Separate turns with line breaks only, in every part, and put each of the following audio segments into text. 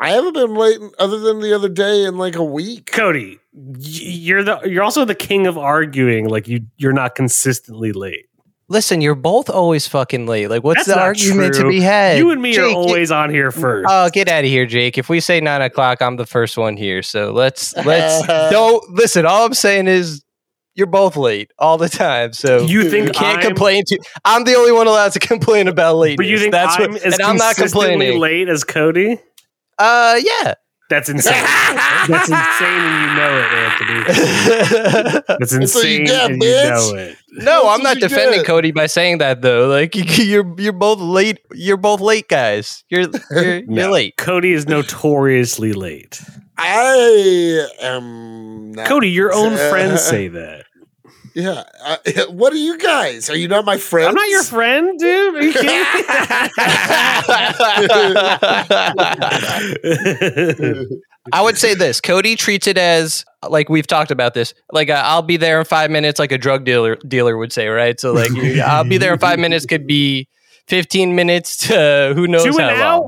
I haven't been late other than the other day in like a week.
Cody, y- you're the you're also the king of arguing. Like you you're not consistently late.
Listen, you're both always fucking late. Like, what's
That's
the
not
argument
true.
to be had?
you and me are
Jake,
always on here first.
Oh, get out of here, Jake. If we say nine o'clock, I'm the first one here. So let's let's
Uh,
don't listen. All I'm saying is you're both late all the time. So
you think
you can't
I'm,
complain to. I'm the only one allowed to complain about lateness.
But you think
that's
I'm
what?
as
And I'm not
consistently
complaining.
late as Cody?
Uh, yeah.
That's insane. That's insane, and you know it, Anthony. That's
That's what you
insane,
get,
and you
bitch.
know it.
no, I'm
That's
not
what you
defending
get.
Cody by saying that though. Like you're you're both late. You're both late, guys. You're you're,
No.
you're late.
Cody is notoriously late.
I am not.
Cody, your own
Uh,
friends say that.
Yeah. I, what are you guys? Are you not my friends?
I'm not your friend, dude. Are you kidding me?
I would say this: Cody treats it as like we've talked about this. Like uh, I'll be there in five minutes, like a drug dealer dealer would say, right? So like you- I'll be there in five minutes could be fifteen minutes to who knows
to
how
an
long.
hour.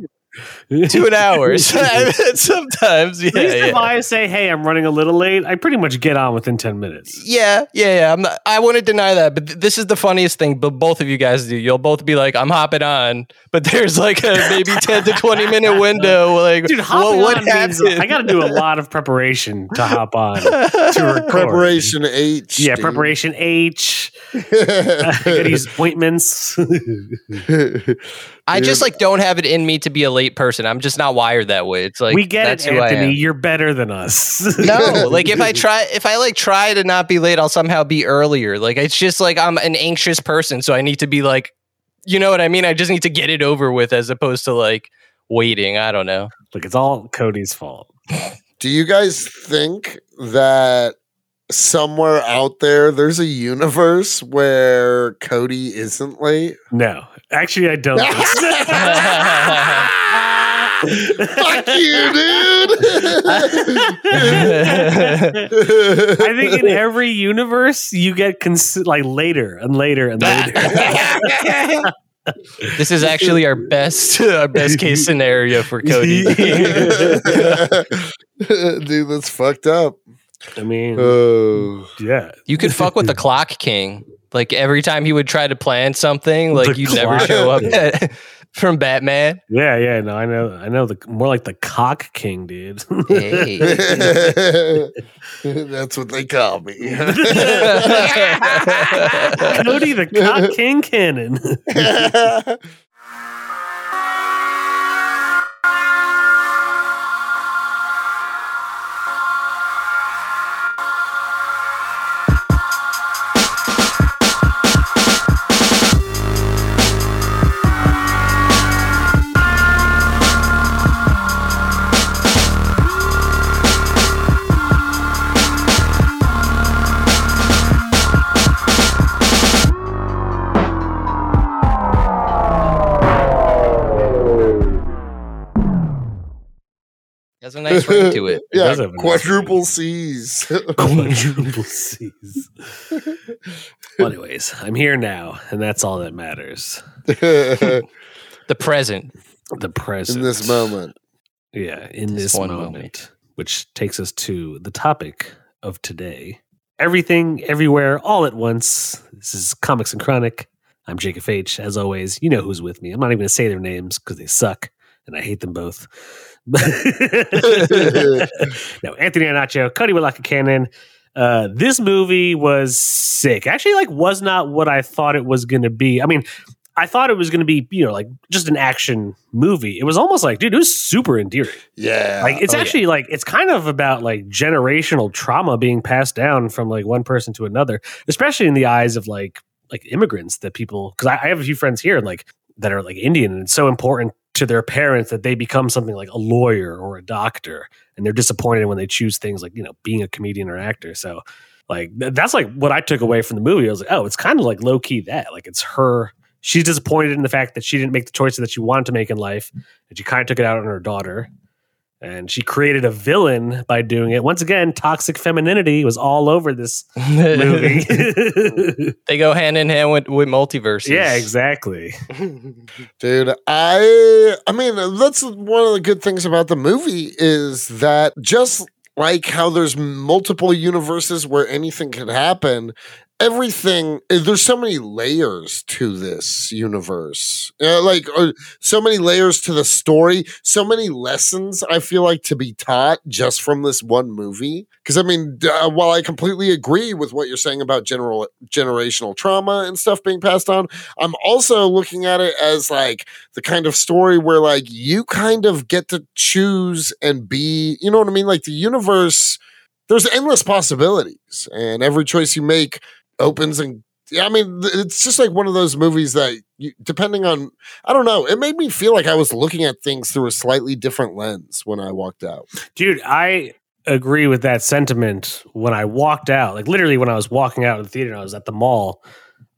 Two an hour. Sometimes, yeah,
At least if
yeah.
I say, "Hey, I'm running a little late," I pretty much get on within ten minutes.
Yeah, yeah, yeah. I'm not, I wouldn't deny that, but th- this is the funniest thing. But both of you guys do. You'll both be like, "I'm hopping on," but there's like a maybe ten to twenty minute window. Like,
Dude, hopping
what, what
on means
happened?
I got to do a lot of preparation to hop on. to record.
preparation H.
Yeah,
dude.
preparation H. I got these ointments.
I
Dude.
just like don't have it in me to be a late person. I'm just not wired that way. It's like
we get
that's
it,
who I
Anthony.
am.
You're better than us.
No, like if I try, if I like try to not be late, I'll somehow be earlier. Like it's just like I'm an anxious person, so I need to be like, you know what I mean? I just need to get it over with, as opposed to like waiting. I don't know.
Look, it's all Cody's fault.
Do you guys think that somewhere out there there's a universe where Cody isn't late?
No, actually, I don't.
Fuck you, dude.
That's
I think in every universe you get cons- like later and later and later.
This is actually our best our best case scenario for Cody.
dude, that's fucked up.
I mean,
Oh.
yeah.
you could fuck with the clock king. Like every time he would try to plan something, like
The
you never
clock
show up
king.
at- from Batman.
Yeah, yeah, no, I know, I know. The more like the cock king, dude.
Hey.
That's what they call me.
Cody, the cock king cannon.
Has a nice ring to it.
yeah,
does have a nice
quadruple C's.
Quadruple C's. Well, anyways, I'm here now, and that's all that matters.
in
The present.
The present
this moment.
Yeah, in
Just
this
one
moment,
moment.
Which takes us to the topic of today. Everything, everywhere, all at once. This is Comics and Chronic. I'm Jacob H. As always, you know who's with me. I'm not even going to say their names because they suck and I hate them both. no, Anthony Anacho, Cody Walaka Cannon. Uh, this movie was sick. Actually, like, was not what I thought it was going to be. I mean, I thought it was going to be, you know, like just an action movie. It was almost like, dude, it was super endearing.
Yeah.
Like, it's
oh, yeah.
actually like, it's kind of about like generational trauma being passed down from like one person to another, especially in the eyes of like, like immigrants that people, because I, I have a few friends here and like that are like Indian and it's so important to their parents that they become something like a lawyer or a doctor and they're disappointed when they choose things like, you know, being a comedian or actor. So, like, th- that's like what I took away from the movie. I was like, oh, it's kind of like low key that. Like, it's her she's disappointed in the fact that she didn't make the choices that she wanted to make in life and she kind of took it out on her daughter And she created a villain by doing it. Once again, toxic femininity was all over this movie.
they go hand in hand with, with multiverses.
yeah, exactly.
Dude, I I mean, that's one of the good things about the movie is that just like how there's multiple universes where anything can happen, everything eh, there's so many layers to this universe. Uh, like uh, so many layers to the story, so many lessons I feel like to be taught just from this one movie. Cuz I mean, d- uh, while I completely agree with what you're saying about general generational trauma and stuff being passed on, I'm also looking at it as like the kind of story where like you kind of get to choose and be, you know what I mean? Like the universe, there's endless possibilities, and every choice you make opens and yeah, I mean, th- it's just like one of those movies that, you, depending on, I don't know, it made me feel like I was looking at things through a slightly different lens when I walked out.
Dude, I agree with that sentiment when I walked out. Like literally when I was walking out of the theater and I was at the mall,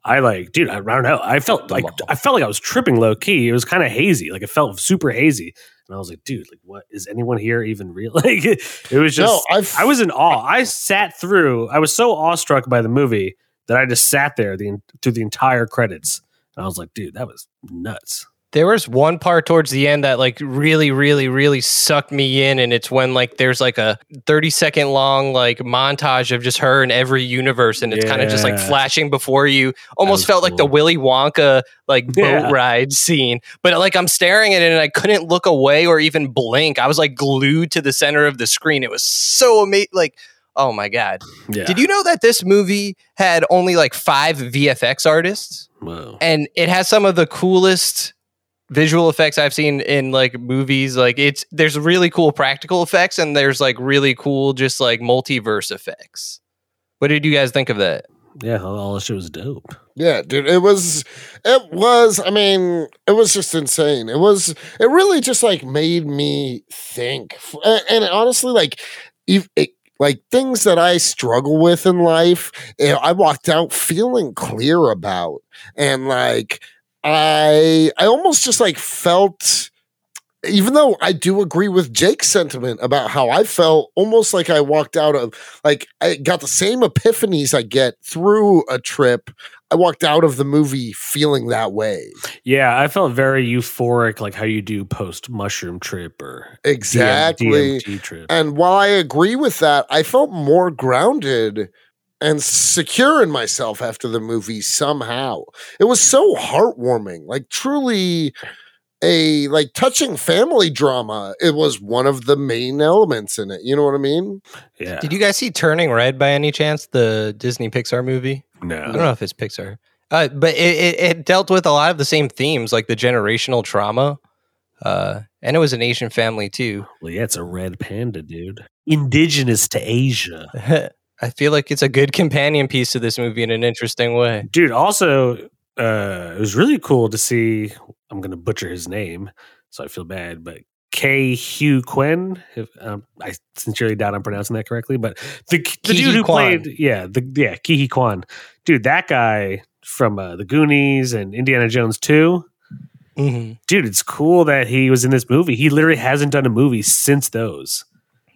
I like, dude, I, I don't know. I felt
The
like
mall.
I felt like I was tripping low key. It was kind of hazy. Like it felt super hazy. And I was like, dude, like what is anyone here even real? Like it was just
no, I've,
I was in awe. I sat through. I was so awestruck by the movie that I just sat there the through the entire credits, and I was like, "Dude, that was nuts."
There was one part towards the end that like really, really, really sucked me in, and it's when like there's like a 30 second long like montage of just her in every universe, and it's kind of just like
Yeah.
flashing before you. Almost
That was
felt like the
cool.
Willy Wonka like boat
Yeah.
ride scene, but like I'm staring at it and I couldn't look away or even blink. I was like glued to the center of the screen. It was so amazing. Like, oh my god!
Yeah.
Did you know that this movie had only like five VFX artists?
Wow.
and it has some of the coolest visual effects I've seen in like movies. Like it's there's really cool practical effects and there's like really cool just like multiverse effects. What did you guys think of that?
Yeah, all, all that shit was dope.
Yeah, dude, it was, it was, I mean, it was just insane. It was, it really just like made me think. F- a- And, honestly, like, if it, like things that I struggle with in life, eh, I walked out feeling clear about. And like, I, I almost just like felt, even though I do agree with Jake's sentiment about how I felt almost like I walked out of, like, I got the same epiphanies I get through a trip I walked out of the movie feeling that way.
Yeah, I felt very euphoric, like how you do post mushroom trip or DM
Exactly.
DMT
Eh,
trip.
And while I agree with that, I felt more grounded and secure in myself after the movie somehow. It was so heartwarming, like truly a like touching family drama. It was one of the main elements in it. You know what I mean?
Yeah,
Did you guys see Turning Red by any chance? The Disney Pixar movie? I don't
no,
know if it's Pixar. Uh, but it, it, it dealt with a lot of the same themes, like the generational trauma. Uh, and it was an Asian family too.
well, yeah, it's a red panda, dude. Indigenous to Asia.
I feel like it's a good companion piece to this movie in an interesting way.
dude also uh it was really cool to see i'm gonna butcher his name so i feel bad but k hugh quinn if, um, i sincerely doubt i'm pronouncing that correctly but the, the
Ki-hee
dude who
Kwan.
played yeah the yeah kihi kwan dude that guy from uh, the goonies and indiana jones 2
Mhm.
dude it's cool that he was in this movie he literally hasn't done a movie since those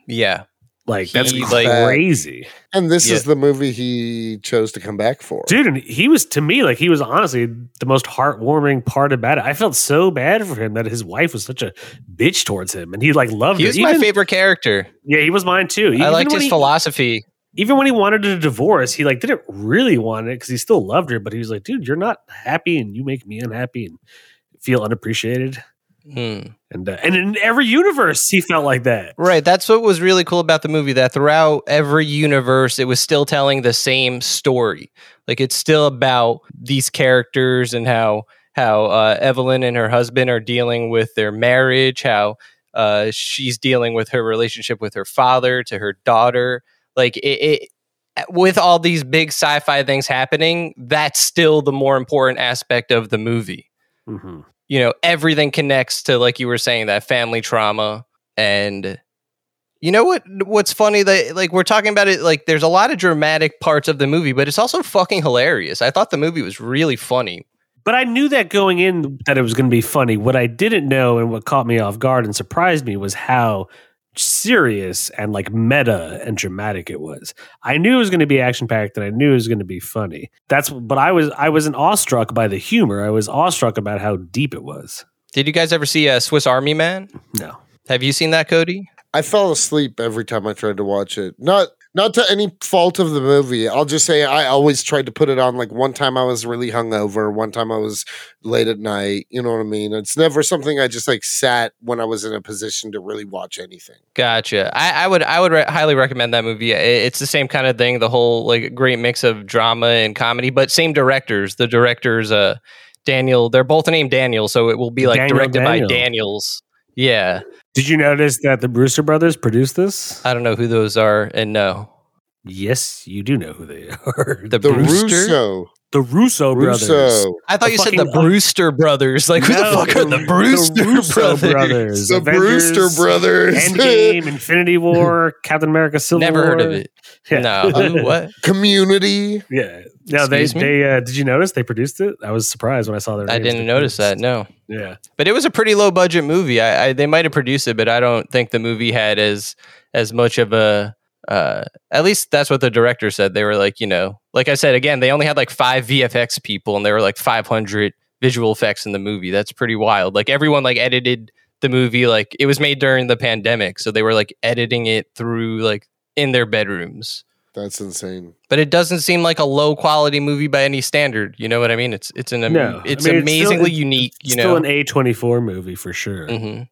Yeah.
like that's
He, like-
crazy
And this
Yeah.
is the movie he chose to come back for.
dude and he was to me like he was honestly the most heartwarming part about it i felt so bad for him that his wife was such a bitch towards him and he like loved
He
her
was my
Even-
favorite character.
yeah he was mine too even
I liked
when
his
he,
philosophy.
even when he wanted a divorce he like didn't really want it because he still loved her but he was like dude you're not happy and you make me unhappy and feel unappreciated
Mm.
and uh, and in every universe he felt like that
Right. That's what was really cool about the movie that throughout every universe, it was still telling the same story. Like it's still about these characters and how how uh, Evelyn and her husband are dealing with their marriage, how uh, she's dealing with her relationship with her father to her daughter. Like it, it with all these big sci-fi things happening, that's still the more important aspect of the movie.
hmm
you know everything connects to like you were saying that family trauma and you know what what's funny that like we're talking about it like there's a lot of dramatic parts of the movie but it's also fucking hilarious i thought the movie was really funny
But I knew that going in that it was going to be funny. What I didn't know and what caught me off guard and surprised me was how serious and like meta and dramatic it was. I knew it was going to be action packed and I knew it was going to be funny. That's but I was I wasn't awestruck by the humor. I was awestruck about how deep it was.
Did you guys ever see uh, Swiss Army Man?
No.
Have you seen that, Cody?
I fell asleep every time I tried to watch it. Not not to any fault of the movie. I'll just say I always tried to put it on. Like one time I was really hungover. One time I was late at night. You know what I mean? It's never something I just like sat when I was in a position to really watch anything.
Gotcha. I, I would I would re- highly recommend that movie. I- It's the same kind of thing. The whole like great mix of drama and comedy, but same directors. The directors, uh, Daniel. They're both named Daniel, so it will be like
Daniel
directed
Daniel.
by Daniels. Yeah,
Did you notice that the Brewster brothers produced this?
I don't know who those are, and no,
Uh, yes, you do know who they are.
The
the, Brewster.
Russo,
The Russo brothers.
Russo,
I thought
The
you said the
fucking- uh,
Brewster brothers. Like who
No,
the fuck are the
the
Brewster
Russo
brothers?
brothers.
the
Avengers,
Brewster brothers,
Endgame, Infinity War, Captain America, Civil
Never
War.
heard of it.
Yeah.
No, Who? what?
Community.
Yeah. No, they,
Excuse me?
they, uh, did you notice they produced it? I was surprised when I saw their
I
names.
didn't
They
notice that.
produced-
No.
Yeah.
but it was a pretty low budget movie. I, I they might have produced it, but I don't think the movie had as as much of a. Uh, at least that's what the director said. They were like, you know, like I said again, they only had like five VFX people, and there were like five hundred visual effects in the movie. That's pretty wild. Like everyone like edited the movie. Like it was made during the pandemic, so they were like editing it through like in their bedrooms.
That's insane.
But it doesn't seem like a low quality movie by any standard. You know what I mean? It's it's an am-
No. I
it's
mean, it's still-
amazingly unique. You
Still
know,
an A24 movie for sure.
hmm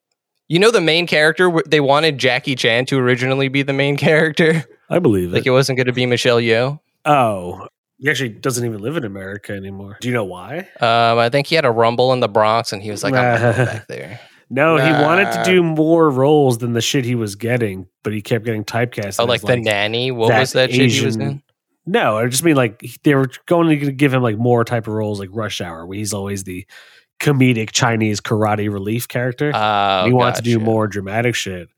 You know, the main character, w- they wanted Jackie Chan to originally be the main character.
I believe
like,
it.
it wasn't going to be Michelle Yeoh.
oh. He actually doesn't even live in America anymore. Do you know why?
Um, I think he had a rumble in the Bronx and he was like, I'm not going back there.
No, he wanted to
Nah.
do more roles than the shit he was getting, but he kept getting typecast.
Oh,
as,
like, the nanny. What was that shit he was in?
No, I just mean like he- they were going to give him like more type of roles like Rush Hour, where he's always the comedic Chinese karate relief character.
Uh,
he wanted to do more dramatic shit.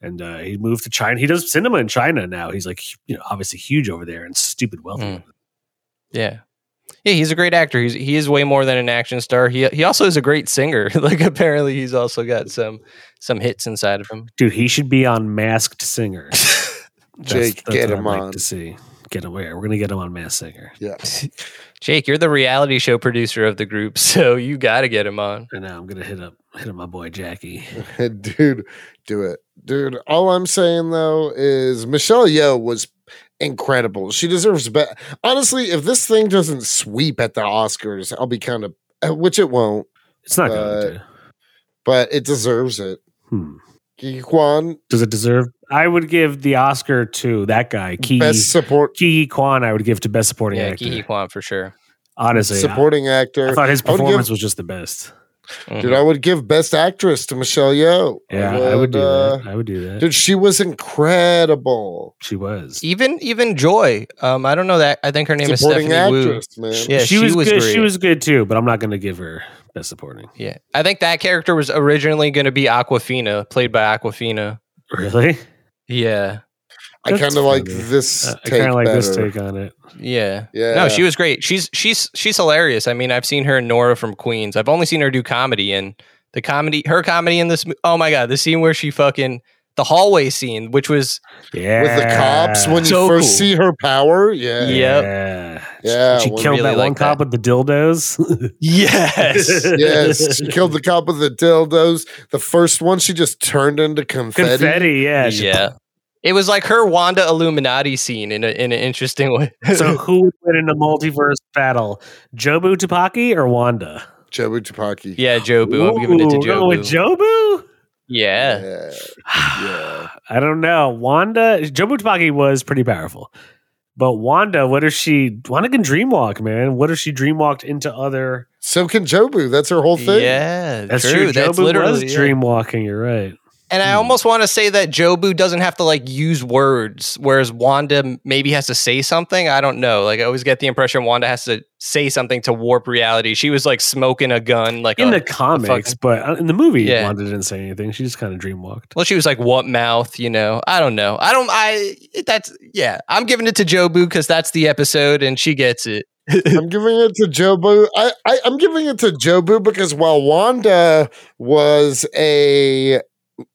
And uh, he moved to China. He does cinema in China now. He's like, you know, obviously huge over there and stupid wealthy.
Mm. Yeah. Yeah, he's a great actor. He's he is way more than an action star. He he also is a great singer. like apparently he's also got some some hits inside of him.
Dude, he should be on Masked Singer. That's-
Jake,
that's
get
what
him
I'd like
on.
to see. Get him where? We're gonna get him on Masked Singer.
Yeah.
Jake, you're the reality show producer of the group, so you got to get him on.
And now I'm gonna hit up hit up my boy Jackie.
dude, do it, dude. All I'm saying though is Michelle Yeoh was incredible. She deserves better. Honestly, if this thing doesn't sweep at the Oscars, I'll be kind of, uh, which it won't,
It's not
Uh,
going to.
but it deserves it.
Hmm.
Ki Kwan,
Does it deserve? I would give the Oscar to that guy, Ki
best support
Ki Kwan. I would give to best supporting
Yeah,
actor.
Kihi Kwan for sure.
Honestly,
supporting
I, I
actor.
thought his
I would give-
performance was just the best.
Mhm.
Dude, I would give best actress to Michelle Yeoh.
Yeah, I would do
uh,
that. I would do that.
Dude, she was incredible.
she was.
even even Joy. Um, I don't know that. I think her name is
supporting
Stephanie Wu.
actress, man.
Yeah,
she,
she
was,
was
good.
great.
She was good too, but I'm not going to give her best supporting.
Yeah, I think that character was originally going to be Aquafina, played by Aquafina.
Really?
Yeah,
I
That's
kind of like
funny.
this
Uh, I
take
kind of like
better.
this take on it.
yeah.
Yeah.
No, she was great. She's she's she's hilarious. I mean, I've seen her in Nora from Queens. I've only seen her do comedy and the comedy, her comedy in this. mo- Oh my god, the scene where she fucking the hallway scene, which was
Yeah.
with the cops when you
So
first
cool.
see her power. Yeah.
Yeah.
Yeah.
Yeah,
She
one
killed
really
that one
like
cop with the dildos.
yes,
Yes. She killed the cop with the dildos. The first one she just turned into confetti.
confetti. yeah. She-
yeah. It was like her Wanda Illuminati scene in a, in an interesting way.
so who would win in a multiverse battle, Jobu Tupaki or Wanda?
Jobu Tupaki.
yeah, Jobu. I'm giving it to
Ooh, we're
Jobu.
going With Jobu?
yeah.
Yeah. Yeah.
I don't know. Wanda Jobu Tupaki was pretty powerful. But Wanda, what if she Wanda can dreamwalk, man? What if she dreamwalked into other
So can Jobu. That's her whole thing.
Yeah,
That's
true.
true.
That's
Jobu was
literally yeah.
dreamwalking, you're right.
And I
Hmm.
almost want to say that Jobu doesn't have to like use words, whereas Wanda m- maybe has to say something. I don't know. Like I always get the impression Wanda has to say something to warp reality. She was like smoking a gun, like
in
a,
the comics, but uh, in the movie,
Yeah.
Wanda didn't say anything. She just kind of dreamwalked.
well, she was like what mouth, you know? I don't know. I don't. I that's yeah. I'm giving it to Jobu because that's the episode, and she gets it.
I'm giving it to Jobu. I, I, I'm giving it to Jobu because while Wanda was a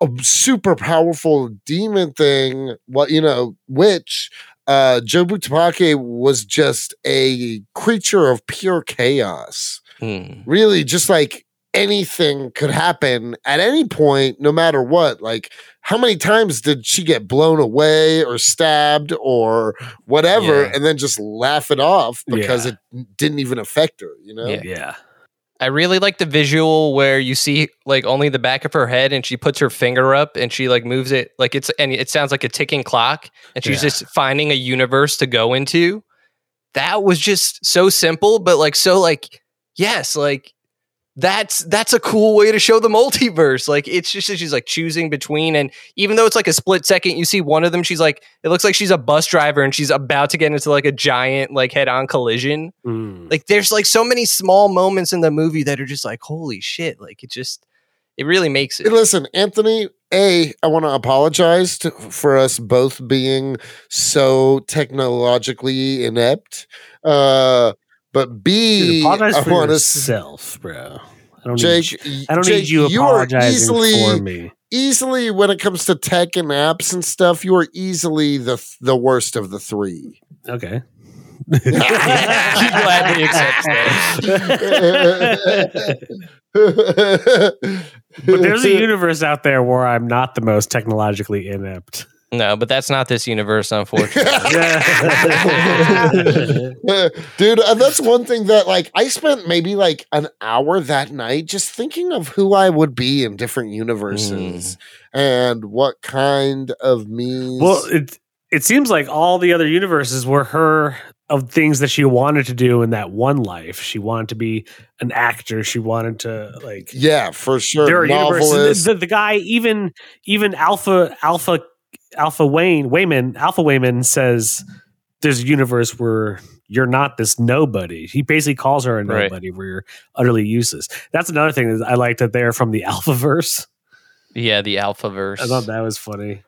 a super powerful demon thing, well, you know, witch, uh, Jobu Tapake was just a creature of pure chaos.
Hmm.
Really, just like anything could happen at any point, no matter what. Like, how many times did she get blown away or stabbed or whatever,
Yeah.
and then just laugh it off because
Yeah.
it didn't even affect her, you know?
Yeah.
Yeah.
I really like the visual where you see like only the back of her head and she puts her finger up and she like moves it like it's and it sounds like a ticking clock and she's
Yeah.
just finding a universe to go into. That was just so simple but like so like yes, like that's that's a cool way to show the multiverse. Like it's just she's like choosing between and even though it's like a split second you see one of them she's like it looks like she's a bus driver and she's about to get into like a giant like head-on collision
Hmm.
Mm.
like there's like so many small moments in the movie that are just like holy shit like it just it really makes
Hey,
it
Listen, Anthony, A, I want to apologize to, for us both being so technologically inept. Uh, but
Dude,
B,
apologize
I
for
want to.
yourself, bro. I don't need.
Jake,
I don't
Jake,
need you,
are
apologizing for
easily,
me.
easily when it comes to tech and apps and stuff. You are easily the the worst of the three.
Okay.
glad he accepts
that.
but there's a universe out there where I'm not the most technologically inept.
no but that's not this universe unfortunately
Yeah.
dude uh, that's one thing that like i spent maybe like an hour that night just thinking of who i would be in different universes and what kind of me
well, it it seems like all the other universes were her of things that she wanted to do in that one life. She wanted to be an actor. She wanted to like
yeah for sure
there are universes.
novelist
The, the guy, even even Alpha Alpha Alpha Wayne Wayman Alpha Wayman says there's a universe where you're not this nobody. He basically calls her a
Right.
nobody where you're utterly useless. That's another thing that I like that they're from the Alpha verse.
yeah the alpha verse
I thought that was funny.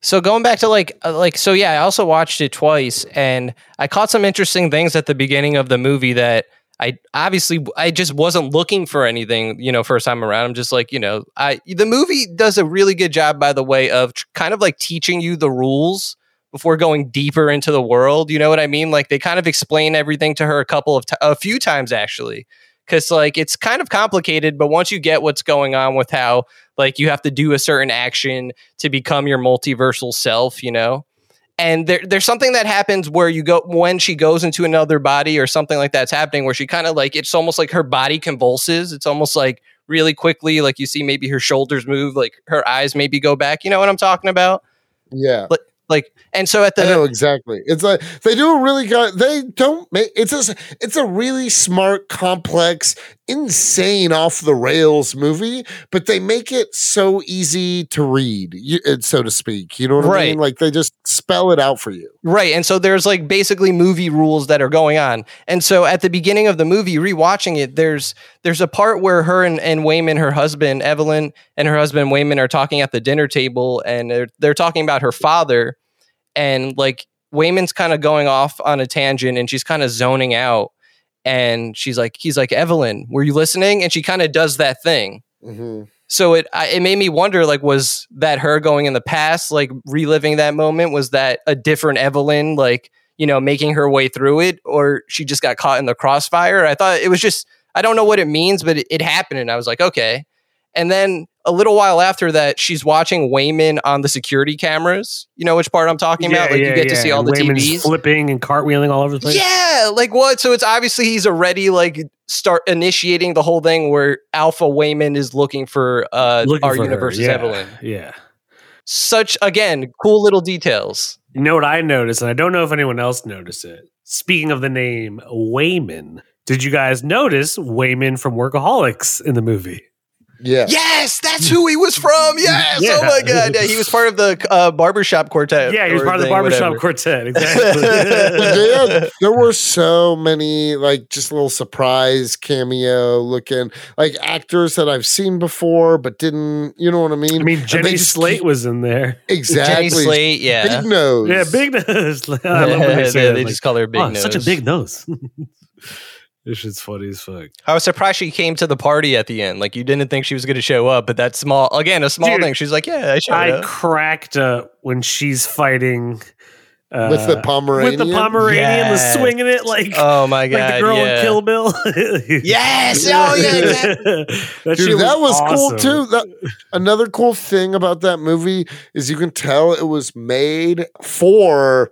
so going back to like uh, like so yeah i also watched it twice and i caught some interesting things at the beginning of the movie that i obviously i just wasn't looking for anything you know first time around i'm just like you know i the movie does a really good job by the way of tr- kind of like teaching you the rules before going deeper into the world you know what i mean like they kind of explain everything to her a couple of t- a few times actually because like it's kind of complicated but once you get what's going on with how like you have to do a certain action to become your multiversal self, you know? And there, there's something that happens where you go when she goes into another body or something like that's happening where she kind of like it's almost like her body convulses. It's almost like really quickly, like you see maybe her shoulders move, like her eyes maybe go back. You know what I'm talking about?
yeah
Like, and so at
I
the
know exactly. It's like they do a really good. They don't make it's a it's a really smart, complex, insane, off the rails movie, but they make it so easy to read, you- uh, so to speak. You know what I
Right.
mean? Like they just spell it out for you.
right, and so there's like basically movie rules that are going on. And so at the beginning of the movie, rewatching it, there's there's a part where her and, and Wayman, her husband, Evelyn, and her husband Wayman are talking at the dinner table and they're they're talking about her father. And like Wayman's kind of going off on a tangent and she's kind of zoning out. And she's like, he's like, Evelyn, were you listening? And she kind of does that thing.
Mhm.
So it I, it made me wonder like was that her going in the past like reliving that moment was that a different Evelyn like you know making her way through it or she just got caught in the crossfire I thought it was just I don't know what it means but it, it happened and I was like okay and then a little while after that she's watching Wayman on the security cameras you know which part I'm talking about like you get to see all the
Wayman's
TVs
flipping and cartwheeling all over the place.
yeah, like what? So it's obviously he's already like start initiating the whole thing where Alpha Wayman is looking for uh
Looking
our
for her,
universe's
yeah,
Evelyn.
Yeah.
Such again, cool little details.
You know what I noticed, and I don't know if anyone else noticed it. Speaking of the name Wayman, did you guys notice Wayman from Workaholics in the movie?
Yeah.
Yes, that's who he was from. Yes. Oh my
Yeah.
god. Yeah, he was part of the uh barbershop quartet.
yeah, he was
or
part of the
thing,
barbershop
whatever.
quartet. Exactly.
But they had- there were so many like just little surprise cameo looking like actors that I've seen before but didn't you know what I mean?
I mean, Jenny
just
Slate
keep-
was in there.
exactly.
Jenny Slate, yeah.
Big nose.
Yeah, big nose. I
Yeah,
love when they say
they,
that,
they
like,
just call her big
"Oh,
nose.
Such a big nose. This shit's funny as fuck.
I was surprised she came to the party at the end. Like you didn't think she was going to show up, but that small again, a small
Dude,
thing. She's like, yeah, I showed
I
up.
cracked up when she's fighting uh,
with the Pomeranian.
with the Pomeranian
Yes.
was swinging it like
oh my god,
like the girl
yeah.
in Kill Bill.
Yes. Oh yeah. Exactly.
that shit
Dude, that was
awesome.
cool too. That, another cool thing about that movie is you can tell it was made for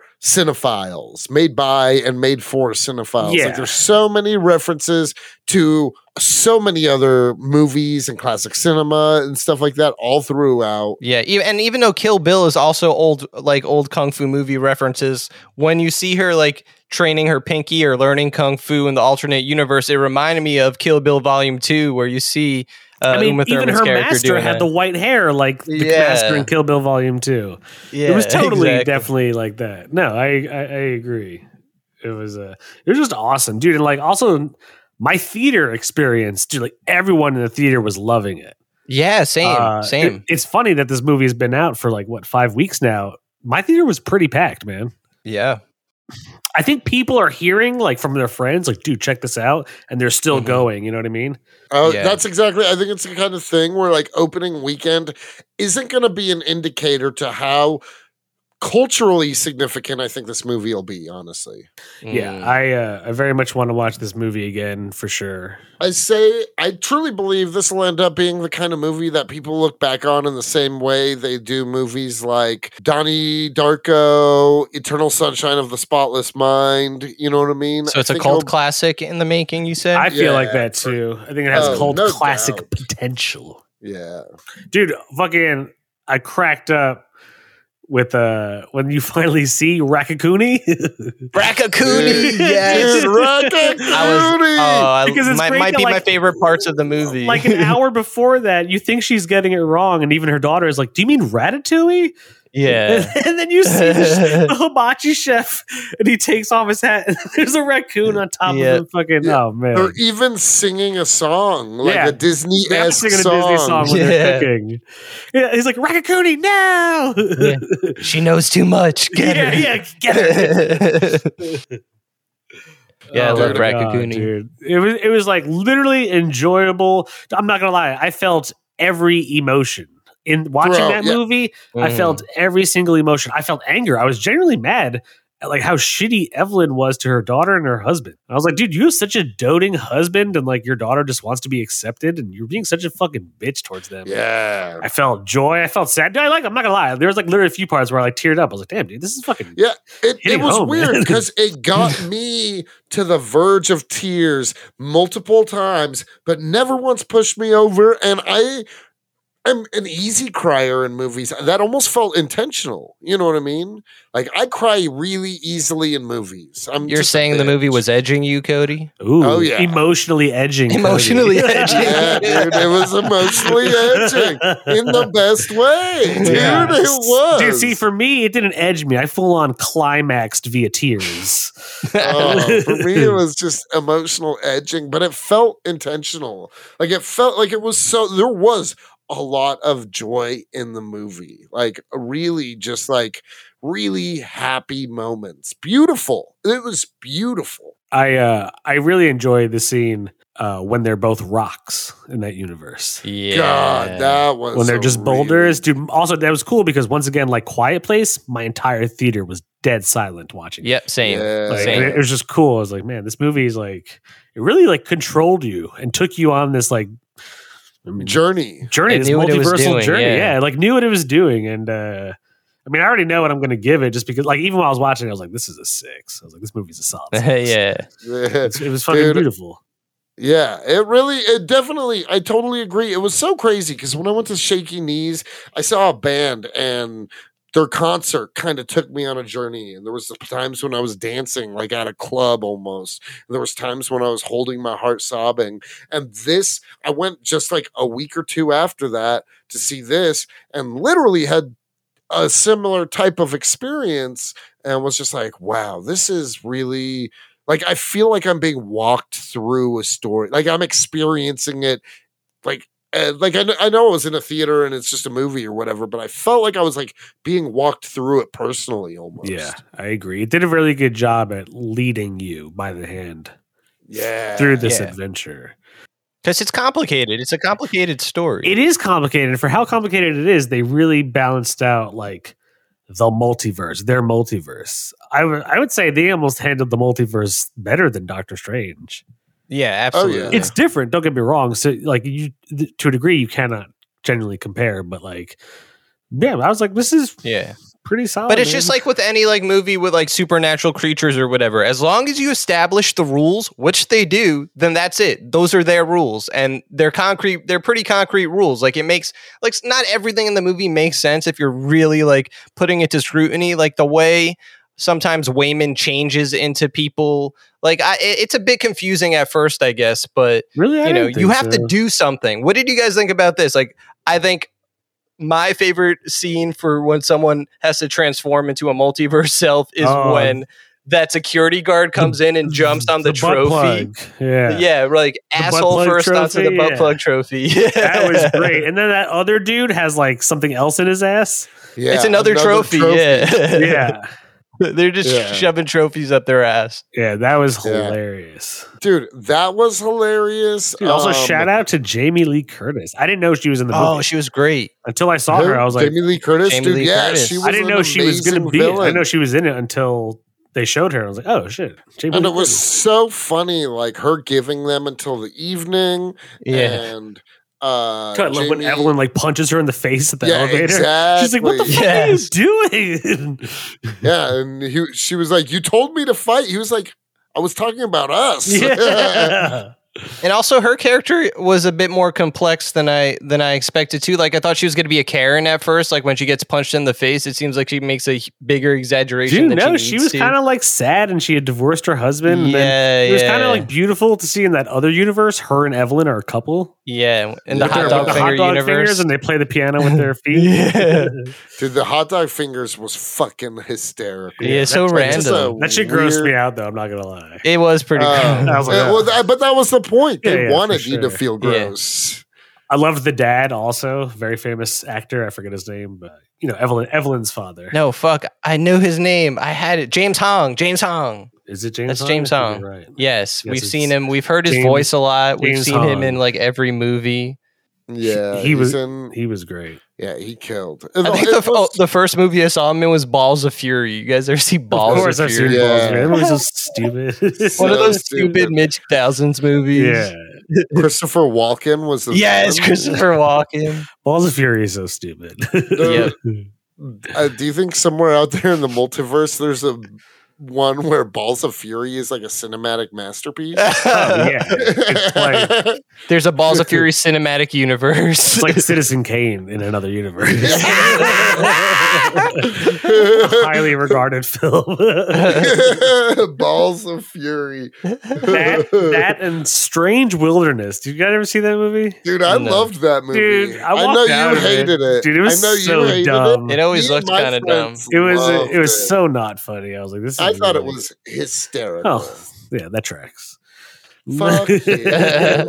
cinephiles, made by and made for cinephiles.
Yeah.
Like there's so many references to so many other movies and classic cinema and stuff like that all throughout.
Yeah, e- and even though Kill Bill is also old, like old kung fu movie references, when you see her like training her pinky or learning kung fu in the alternate universe, it reminded me of Kill Bill Volume Two, where you see uh,
I mean,
Uma
even
Thurman's
her
character
master
doing
had
that.
the white hair, like the
Yeah.
master in Kill Bill Volume Two.
Yeah,
it was totally
exactly.
definitely like that. No, I, I I agree. It was uh, it was just awesome, dude. And like also my theater experience, dude. Like everyone in the theater was loving it.
Yeah, same,
Uh,
same.
it- it's funny that this movie has been out for like what five weeks now. My theater was pretty packed, man.
yeah,
I think people are hearing like from their friends, like, dude, check this out, and they're still
Mhm.
going. You know what I mean?
Uh,
Yeah.
That's exactly. I think it's the kind of thing where like opening weekend isn't going to be an indicator to how culturally significant I think this movie will be. Honestly.
Mm.
Yeah, I uh, I very much want to watch this movie again for sure.
I say I truly believe this will end up being the kind of movie that people look back on in the same way they do movies like Donnie Darko, Eternal Sunshine of the Spotless Mind. You know what I mean?
So it's
a
a cult classic in the making. You said
I feel like
Yeah,
that too. I think it has
Oh,
cult
no
classic
doubt.
potential.
Yeah.
Dude, fucking I cracked up with uh when you finally see Rakakuni.
Brackacoony. yes.
Dude, Rocket
I was.
Cootie!
Oh,
Because
I,
it's
might,
great
might
that,
be my
like-
favorite parts of the movie.
like an hour before that, you think she's getting it wrong, and even her daughter is like, Do you mean ratatouille?
yeah.
And then you see the sh- the hibachi chef and he takes off his hat and there's a raccoon on top
Yeah.
of him fucking
Yeah.
oh
uh,
man
Or even singing a song, like
Yeah.
a Disney
They have to
esque
sing a Disney song when
Yeah.
they're cooking. Yeah, he's like Raccoon, no.
Yeah. she knows too much. Get
yeah,
her.
yeah, get it.
Yeah, I
love
Oh, my God,
Rakakuni.
dude. It was it was like literally enjoyable. I'm not gonna lie, I felt every emotion in watching
Bro,
that
yeah.
movie. I
Mm.
felt every single emotion. I felt anger. I was genuinely mad at like how shitty Evelyn was to her daughter and her husband. I was like, dude, you have such a doting husband, and like your daughter just wants to be accepted, and you're being such a fucking bitch towards them.
Yeah.
I felt joy. I felt sad. Dude, I like. I'm not gonna lie. There was like literally a few parts where I like teared up. I was like, "Damn, dude, this is fucking."
Yeah, It, it
Hitting
was
home,
weird
man.
because it got me to the verge of tears multiple times, but never once pushed me over. And I am an easy crier in movies. That almost felt intentional. You know what I mean? Like I cry really easily in movies. I'm
You're
just a
saying the movie
bitch.
was edging you, Cody?
Ooh,
Oh, yeah.
emotionally edging. Cody.
Emotionally edging.
Yeah, dude, it was emotionally edging in the best way, dude.
Yeah.
It was.
Dude, see, for me, it didn't edge me. I full on climaxed via tears.
Oh, for me, it was just emotional edging, but it felt intentional. Like it felt like it was so. There was a lot of joy in the movie. Like really, just like really happy moments. Beautiful. It was beautiful.
I uh, I really enjoy the scene uh, when they're both rocks in that universe.
yeah.
God, that was
when they're
a
just
really-
boulders, dude. Also, that was cool because once again, like Quiet Place, my entire theater was dead silent watching. it.
Yep, same.
Yeah.
Like,
Same.
it it was just cool. I was like, man, this movie is like it really like controlled you and took you on this like I mean,
Journey.
journey,
It
this
knew what it was
multiversal
doing,
journey.
yeah.
Yeah. like knew what it was doing, and uh I mean, I already know what I'm going to give it just because, like, even while I was watching, it, I was like, "This is a six. I was like, "This movie's a solid." Six.
yeah.
Yeah.
It's- it was fucking
Dude.
beautiful.
Yeah, it really, it definitely, I totally agree. It was so crazy because when I went to Shaky Knees, I saw a band and their concert kind of took me on a journey. And there was times when I was dancing like at a club almost. And there was times when I was holding my heart sobbing. And this, I went just like a week or two after that to see this, and literally had a similar type of experience. And was just like, wow, this is really like I feel like I'm being walked through a story. Like I'm experiencing it. Like uh, like I, kn- I know it was in a theater and it's just a movie or whatever, but I felt like I was like being walked through it personally almost.
Yeah, I agree. It did a really good job at leading you by the hand.
Yeah.
through this
Yeah.
adventure.
because it's complicated. It's a complicated story.
It is complicated. For how complicated it is, they really balanced out like the multiverse, their multiverse. I would I would say they almost handled the multiverse better than Doctor Strange.
yeah,
Oh, yeah.
absolutely.
It's different, don't get me wrong. So like you th- to a degree you cannot genuinely compare, but like yeah, I was like this is
yeah.
pretty solid.
But it's just
man.
like with any like movie with like supernatural creatures or whatever. As long as you establish the rules, which they do, then that's it. Those are their rules and they're concrete, they're pretty concrete rules. Like it makes like not everything in the movie makes sense if you're really like putting it to scrutiny like the way sometimes Wayman changes into people. Like I it- it's a bit confusing at first, I guess, but
really I
you know
didn't
you
think
have
so.
to do something what did you guys think about this like i think my favorite scene for when someone has to transform into a multiverse self is
Oh.
when that security guard comes in and jumps on the,
butt
trophy
plug. Yeah.
yeah like
butt
asshole
plug
first onto the
trophy,
butt
yeah.
plug trophy
That was great. And then that other dude has like something else in his ass.
Yeah,
it's another, trophy, yeah
Yeah.
they're just
Yeah.
shoving trophies up their ass
Yeah, that was
Yeah.
hilarious.
Dude, that was hilarious.
Dude, also,
Um,
shout out to Jamie Lee Curtis. I didn't know she was in the movie
oh she was great
until I saw
who?
her. I was like,
Jamie Lee Curtis,
Jamie
dude.
Lee
yeah,
Curtis.
she was.
I didn't
an
know she was going to
amazing
be. in it. I
villain.
know she was in it until they showed her. I was like, oh shit, Jamie.
and
Lee
it was
Curtis.
so funny, like her giving them until the evening.
yeah
and uh,
I love when
Jamie-
Evelyn like punches her in the face at the
yeah,
elevator.
Exactly.
She's like, "What the fuck
Yes.
are you doing?"
Yeah, and he, she was like, "You told me to fight." He was like, "I was talking about us."
yeah,
And also, her character was a bit more complex than I than I expected to. Like, I thought she was going to be a Karen at first. Like, when she gets punched in the face, it seems like she makes a h- bigger exaggeration.
dude.
than
No,
she,
she was kind
of
of like sad, and she had divorced her husband.
yeah,
and then it was
yeah,
kind of like beautiful to see in that other universe. Her and Evelyn are a couple.
yeah, in the
With
hot
They're
her-
dog
the
finger universe.
fingers, and they play the piano with their feet.
Yeah.
dude, the hot dog fingers was fucking hysterical.
yeah, so
Like, just
random.
a
That shit grossed me
weird-
out though. I'm not gonna lie.
It was pretty.
Uh,
I Oh. was like, "Ah."
uh, well, that- but that was the point.
Yeah,
They
yeah, for
wanted you to
sure.
feel
Yeah.
gross.
I loved the dad also, very famous actor. I forget his name, but you know Evelyn Evelyn's father.
no, fuck. I knew his name. I had it. James Hong. James Hong.
Is it James?
That's
Hong?
James
I think
Hong.
you're Right.
Yes,
Yes,
we've
it's
seen him. We've heard his
James-
voice a lot. We've
James
seen him in
Hong.
like every movie.
Yeah,
he
he's
was-
in.
He was great.
Yeah, he killed.
I think the, f- oh, the first movie I saw him in was Balls of Fury. You guys ever see Balls
of course,
of
I've seen
Fury?
Fury.
Balls.
Yeah.
Man. That was so stupid.
One of
So
those stupid
stupid.
mid 2000s movies.
yeah,
Christopher Walken was the
Yes,
villain.
Christopher Walken.
Balls of Fury is so stupid.
Yeah. Uh, do you think somewhere out there in the multiverse there's a one where Balls of Fury is like a cinematic masterpiece?
Oh, yeah, it's like-
There's a Balls of Fury cinematic universe.
it's like Citizen Kane in another universe. Highly regarded film.
Balls of Fury.
that, that and Strange Wilderness. Did you guys ever see that movie?
Dude, I
No.
loved that movie.
Dude, I
I,
walked
know
out
you
of it.
hated it.
Dude, it was
I know
so
you hated
dumb.
it
It,
Me
always
and
looked
my
kind of dumb.
friends
was
loved
it was
it.
so not funny. I was like, this. Is
I thought it
really-
was hysterical.
Oh, yeah, that tracks.
Fuck
yeah.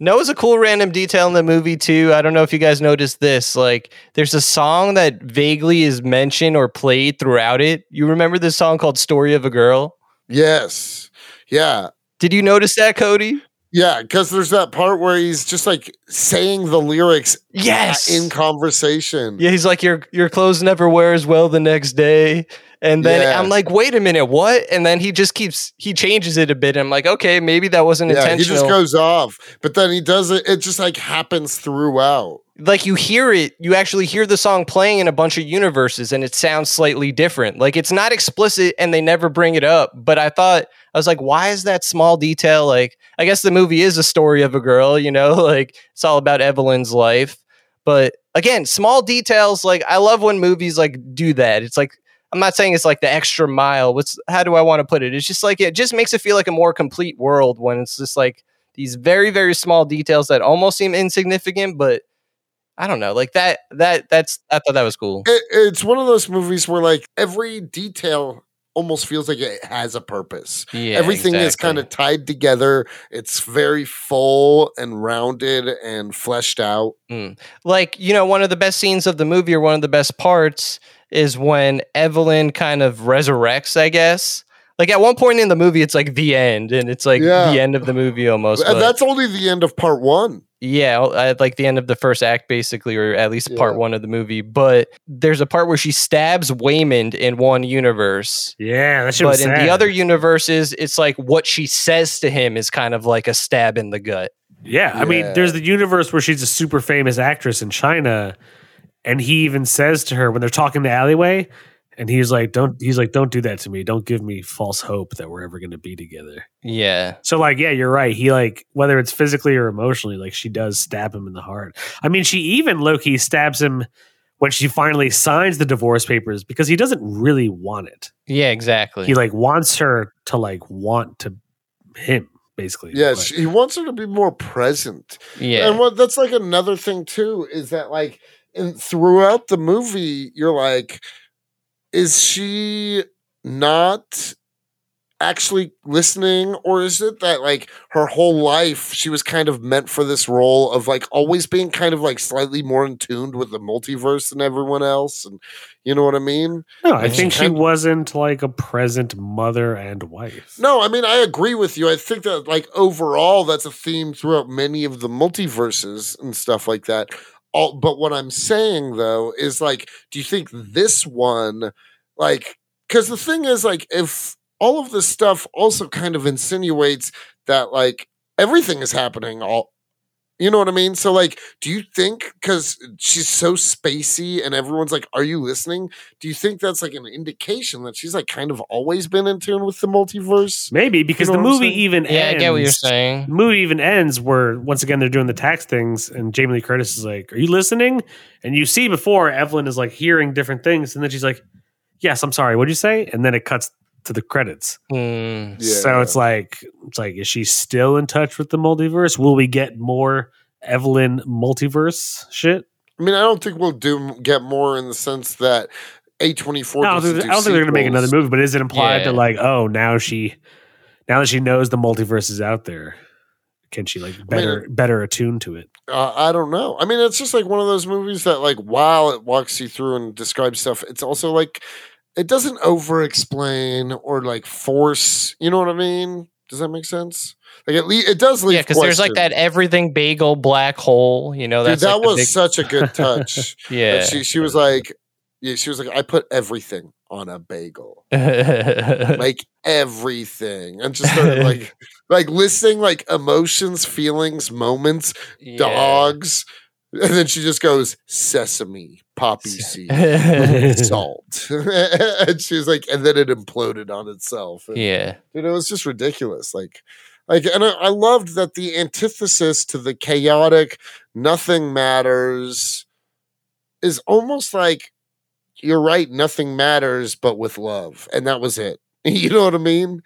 Noah's a cool random detail in the movie too. I don't know if you guys noticed this. Like, there's a song that vaguely is mentioned or played throughout it. You remember this song called "Story of a Girl"?
Yes. Yeah.
Did you notice that, Cody?
Yeah, because there's that part where he's just like saying the lyrics
Yes.
in conversation.
Yeah, he's like your your clothes never wear as well the next day. And then
Yeah.
I'm like, wait a minute, what? And then he just keeps he changes it a bit. I'm like, okay, maybe that wasn't
Yeah, he
intentional.
just goes off, but then he does it. It just like happens throughout.
like you hear it, you actually hear the song playing in a bunch of universes, and it sounds slightly different. Like it's not explicit, and they never bring it up. But I thought I was like, why is that small detail? Like I guess the movie is a story of a girl, you know, like it's all about Evelyn's life. But again, small details. Like I love when movies like do that. It's like I'm not saying it's like the extra mile. What's how do I want to put it? It's just like it just makes it feel like a more complete world when it's just like these very very small details that almost seem insignificant, but I don't know. Like that that that's I thought that was cool.
It, it's one of those movies where like every detail almost feels like it has a purpose.
Yeah,
Everything is kind of tied together. It's very full and rounded and fleshed out.
like you know one of the best scenes of the movie or one of the best parts is when Evelyn kind of resurrects, I guess. Like at one point in the movie, it's like the end, and it's like
Yeah.
the end of the movie almost.
And
but-
that's only the end of part one.
yeah, at like the end of the first act, basically, or at least part
Yeah.
one of the movie. But there's a part where she stabs Waymond in one universe.
Yeah, that shit
But
was
in
sad.
the other universes, it's like what she says to him is kind of like a stab in the gut.
Yeah, I mean,
Yeah.
there's the universe where she's a super famous actress in China, and he even says to her when they're talking in the alleyway, and he's like, "Don't," he's like, "Don't do that to me. Don't give me false hope that we're ever going to be together."
Yeah.
So, like, yeah, you're right. He like whether it's physically or emotionally, like she does stab him in the heart. I mean, she even Loki stabs him when she finally signs the divorce papers because he doesn't really want it.
Yeah, exactly.
He like wants her to like want to him basically.
Yeah,
But-
she, he wants her to be more present.
yeah.
And what that's like another thing too is that like in throughout the movie, you're like, is she not actually listening, or is it that like her whole life she was kind of meant for this role of like always being kind of like slightly more in tuned with the multiverse than everyone else, and you know what I mean?
No, I
And
think
she
she
kind-
wasn't like a present mother and wife.
No, I mean I agree with you. I think that like overall that's a theme throughout many of the multiverses and stuff like that. All, but what I'm saying though is like do you think this one like cuz the thing is like if all of this stuff also kind of insinuates that like everything is happening all you know what I mean? So like do you think cuz she's so spacey and everyone's like are you listening? Do you think that's like an indication that she's like kind of always been in tune with the multiverse?
Maybe because
You know
the
what I'm
movie
saying?
even
yeah, I
ends.
get what you're
The
saying.
movie even ends where once again they're doing the tax things and Jamie Lee Curtis is like, "Are you listening?" And you see before Evelyn is like hearing different things and then she's like, "Yes, I'm sorry. What'd you say?" And then it cuts to the credits.
Hmm.
So it's like it's like is she still in touch with the multiverse? Will we get more Evelyn multiverse shit?
I mean, I don't think we'll do get more in the sense that A twenty four.
I don't, think, I don't think they're going to make another movie, but is it implied
Yeah.
that like, oh, now she, now that she knows the multiverse is out there, can she like better better attune to it?
Uh, I don't know. I mean, it's just like one of those movies that, like, while it walks you through and describes stuff, it's also like it doesn't over explain or like force. You know what I mean? Does that make sense? Like, at least it does leave.
Yeah, because there's like that
questions.
everything bagel black hole. You know,
Dude,
that's
that
like the
was
big-
such a good touch.
yeah.
But she she was like, yeah, she was like, I put everything on a bagel. like everything and just started like like listing like emotions feelings moments
Yeah.
dogs and then she just goes sesame poppy seed salt and she was like and then it imploded on itself and,
yeah.
dude, it was just ridiculous like like and I, I loved that the antithesis to the chaotic nothing matters is almost like you're right nothing matters but with love and that was it you know what i mean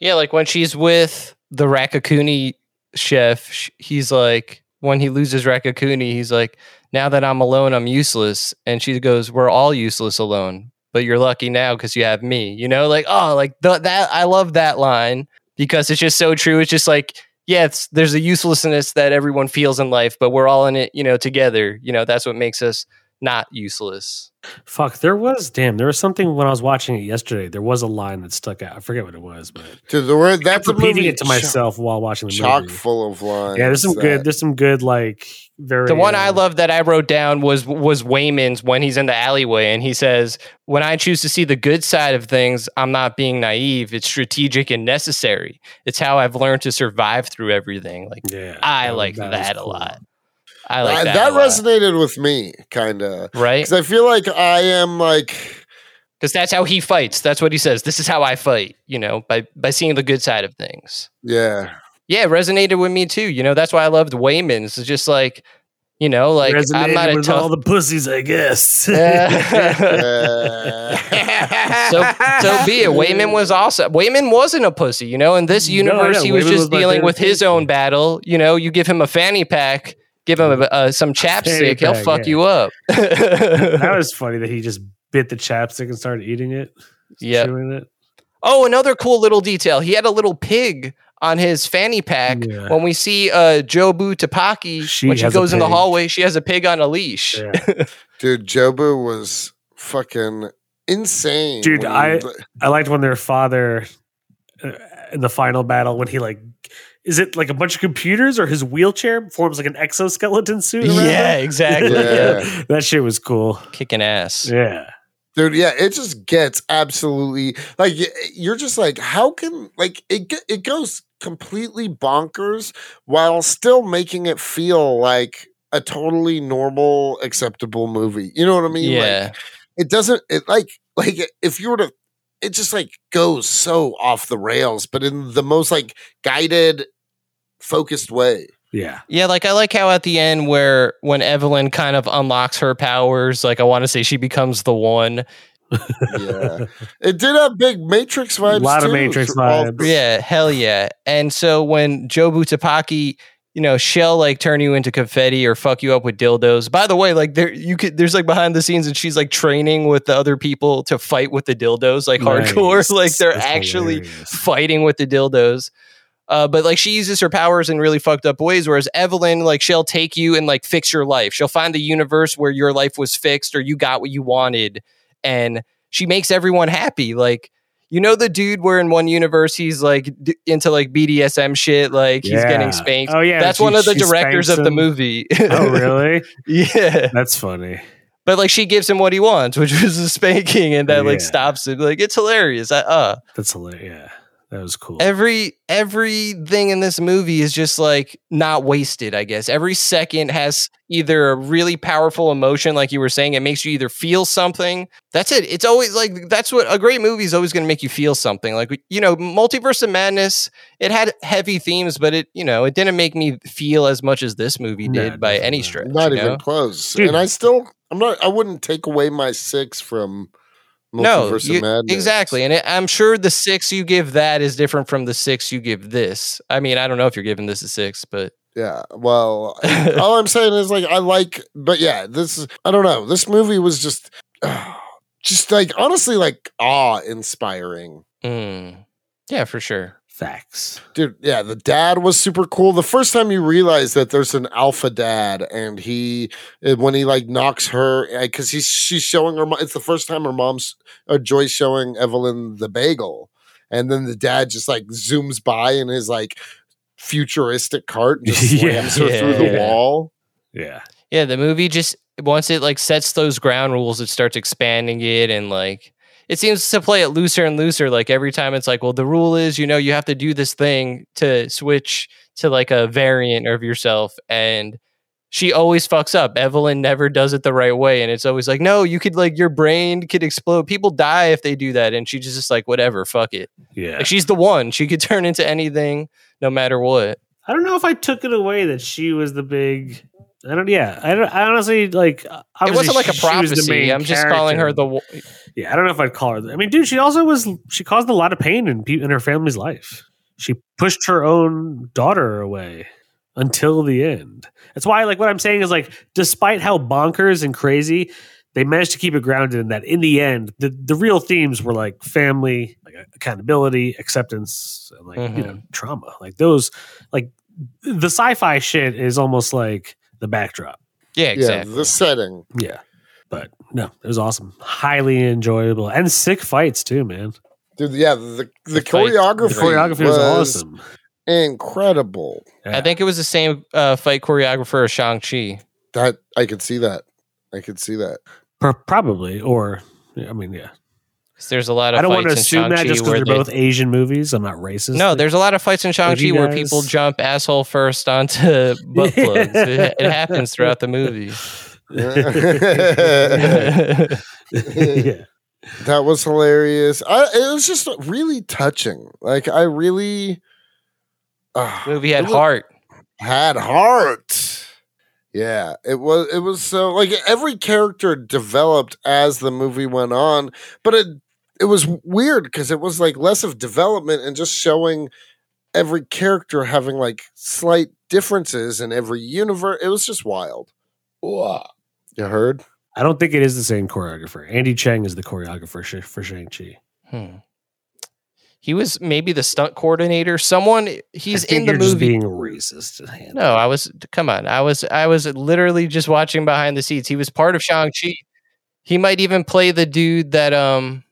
Yeah, like when she's with the Rakakuni chef, sh- he's like, when he loses Rakakuni, he's like, now that I'm alone, I'm useless. And she goes, we're all useless alone, but you're lucky now because you have me. You know, like, oh, like th- that. I love that line because it's just so true. It's just like, yeah, it's, there's a uselessness that everyone feels in life, but we're all in it, you know, together. You know, that's what makes us not useless.
Fuck, there was damn, there was something when I was watching it yesterday. There was a line that stuck out. I forget what it was, but
Dude, the word that's a
repeating
movie
it to
cho-
myself while watching the
chock
movie.
full of lines
Yeah, there's some good.
that-
There's some good like very.
The one I
uh,
love that I wrote down was was Wayman's when he's in the alleyway and he says, "When I choose to see the good side of things, I'm not being naive. It's strategic and necessary. It's how I've learned to survive through everything." Like
Yeah,
I
was-
like
was
that a
cool.
lot. I like
Uh,
that.
that
a lot,
resonated with me kind of
right?
because i feel like i am like
Because that's how he fights. That's what he says. This is how I fight. You know, by by seeing the good side of things.
yeah
Yeah, it resonated with me too. You know, that's why I loved Wayman's. It's just like, you know, like I'm
Resonated
not a
with all
tough.
the pussies, I guess.
Uh,
so so be it. Wayman was awesome. Wayman wasn't a pussy, you know. In this
No,
universe,
yeah,
he was
Wayman
just
was my
dealing
favorite
with his
character.
own battle. You know, you give him a fanny pack, give him a, uh, some chapstick, he'll
pack,
fuck
yeah.
you up.
that was funny that he just bit the chapstick and started eating it.
yeah.
chewing it.
Oh, another cool little detail. He had a little pig on his fanny pack.
Yeah.
When we see uh, Jobu Tapaki,
She
when she
has a
goes in the
pig.
hallway, she has a pig on a leash.
Yeah.
Dude, Jobu was fucking insane.
Dude,
when
I-
you-
I liked when their father uh, in the final battle when he like is it like a bunch of computers or his wheelchair forms like an exoskeleton suit? around
Yeah,
him?
exactly.
Yeah.
that shit was cool.
Kicking ass.
Yeah,
dude yeah it just gets absolutely like y- you're just like how can like it ge- it goes completely bonkers while still making it feel like a totally normal acceptable movie you know what i mean
yeah.
like it doesn't it like like if you were to it just like goes so off the rails but in the most like guided focused way
yeah.
Yeah, like I like how at the end where when Evelyn kind of unlocks her powers, like I want to say she becomes the one.
yeah it did have big matrix vibes
Lot of
too,
Matrix
through all-
vibes.
Yeah, hell yeah. And so when Jobu Tapaki, you know, she'll like turn you into confetti or fuck you up with dildos. By the way, like there you could there's like behind the scenes and she's like training with the other people to fight with the dildos, like hardcore.
Nice.
Like they're
That's
actually
hilarious.
fighting with the dildos. Uh, but like she uses her powers in really fucked up ways. Whereas Evelyn, like she'll take you and like fix your life. She'll find the universe where your life was fixed or you got what you wanted, and she makes everyone happy. Like you know the dude where in one universe he's like d- into like BDSM shit, like he's
Yeah.
getting spanked.
Oh yeah,
That's
she-
one of the
she
directors
spanks
of the
him.
movie.
oh really?
yeah
That's funny.
but like she gives him what he wants, which was a spanking, and that like
Yeah.
stops him. Like it's hilarious. I, uh,
That's hilarious. Yeah, that was cool.
every everything in this movie is just like not wasted. I guess every second has either a really powerful emotion, like you were saying, it makes you either feel something. That's it. It's always like that's what a great movie is always going to make you feel something. Like you know, Multiverse of Madness. It had heavy themes, but it you know it didn't make me feel as much as this movie
No,
did by
definitely
any
not.
stretch.
not
you
even
know?
close.
Dude.
And I still, I'm not. I wouldn't take away my six from
No,
Multiverse
you-
of Madness.
Exactly. And it, I'm sure the six you give that is different from the six you give this. I mean, I don't know if you're giving this a six, but
Yeah. Well, all I'm saying is like I like, but yeah, this is. I don't know. This movie was just, just like honestly, like awe inspiring.
mm, yeah, for sure.
Facts.
Dude, yeah, the dad was super cool. The first time you realize that there's an alpha dad, and he, and when he like knocks her, because he's she's showing her, mo- it's the first time her mom's uh, Joy's showing Evelyn the bagel, and then the dad just like zooms by in his like futuristic cart and just
Yeah.
slams her through the
Yeah.
wall.
Yeah,
Yeah, the movie just once it like sets those ground rules, it starts expanding it and like it seems to play it looser and looser. Like every time it's like, well, the rule is, you know, you have to do this thing to switch to like a variant of yourself. And she always fucks up. Evelyn never does it the right way. And it's always like, no, you could like your brain could explode. People die if they do that. And she's just like, whatever, fuck it.
yeah.
Like she's the one. She could turn into anything no matter what.
I don't know if I took it away that she was the big. I don't. Yeah, I don't. I honestly like.
It wasn't like a prophecy. I'm just calling her
the. main character.
the wo-
Yeah, I don't know if I'd call her. That. I mean, dude, she also was she caused a lot of pain in pe- in her family's life. She pushed her own daughter away until the end. That's why, like, what I'm saying is like, despite how bonkers and crazy, they managed to keep it grounded in that. In the end, the the real themes were like family, like accountability, acceptance, and like you know trauma. Like those, like the sci-fi shit is almost like the backdrop.
Yeah, exactly.
Yeah, the setting.
Yeah. But no, it was awesome. Highly enjoyable. And sick fights too, man.
Dude, yeah, the, the,
The fight- the
choreography,
The choreography was, awesome.
Incredible.
Yeah.
I think it was the same uh, fight choreographer as Shang Chi.
That I could see that. I could see that.
Pro- probably or yeah, I mean, yeah.
There's a lot of
I don't
fights
want to
in
assume that
Shang-Chi
just because
where
they're
they-
both Asian movies. I'm not racist.
No, there's a lot of fights in Shang Chi
you
where
guys-
people jump asshole first onto butt plugs. It, it happens throughout the movie.
Yeah.
yeah.
That was hilarious. I, it was just really touching. Like I really uh,
movie had
It was-
heart.
had heart. Yeah, it was. It was so like every character developed as the movie went on, but it it was weird because it was like less of development and just showing every character having like slight differences in every universe. It was just wild. Whoa. You heard?
I don't think it is the same choreographer. Andy Chang is the choreographer sh- for Shang-Chi.
Hmm. He was maybe the stunt coordinator. Someone he's
I think
in the
you're just
movie.
being racist.
no, I was come on. I was I was literally just watching behind the scenes. He was part of Shang Chi. He might even play the dude that um